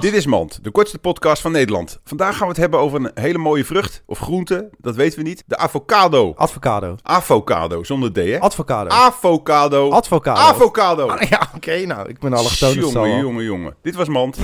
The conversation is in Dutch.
Dit is Mand, de kortste podcast van Nederland. Vandaag gaan we het hebben over een hele mooie vrucht of groente, dat weten we niet. De avocado. Advocado. Avocado, zonder D hè? Advocado. Avocado. Advocado. Avocado. Ah, ja, oké, nou, ik ben allochtoon. dus het zal Jongen, wel. jongen, jongen. Dit was Mand.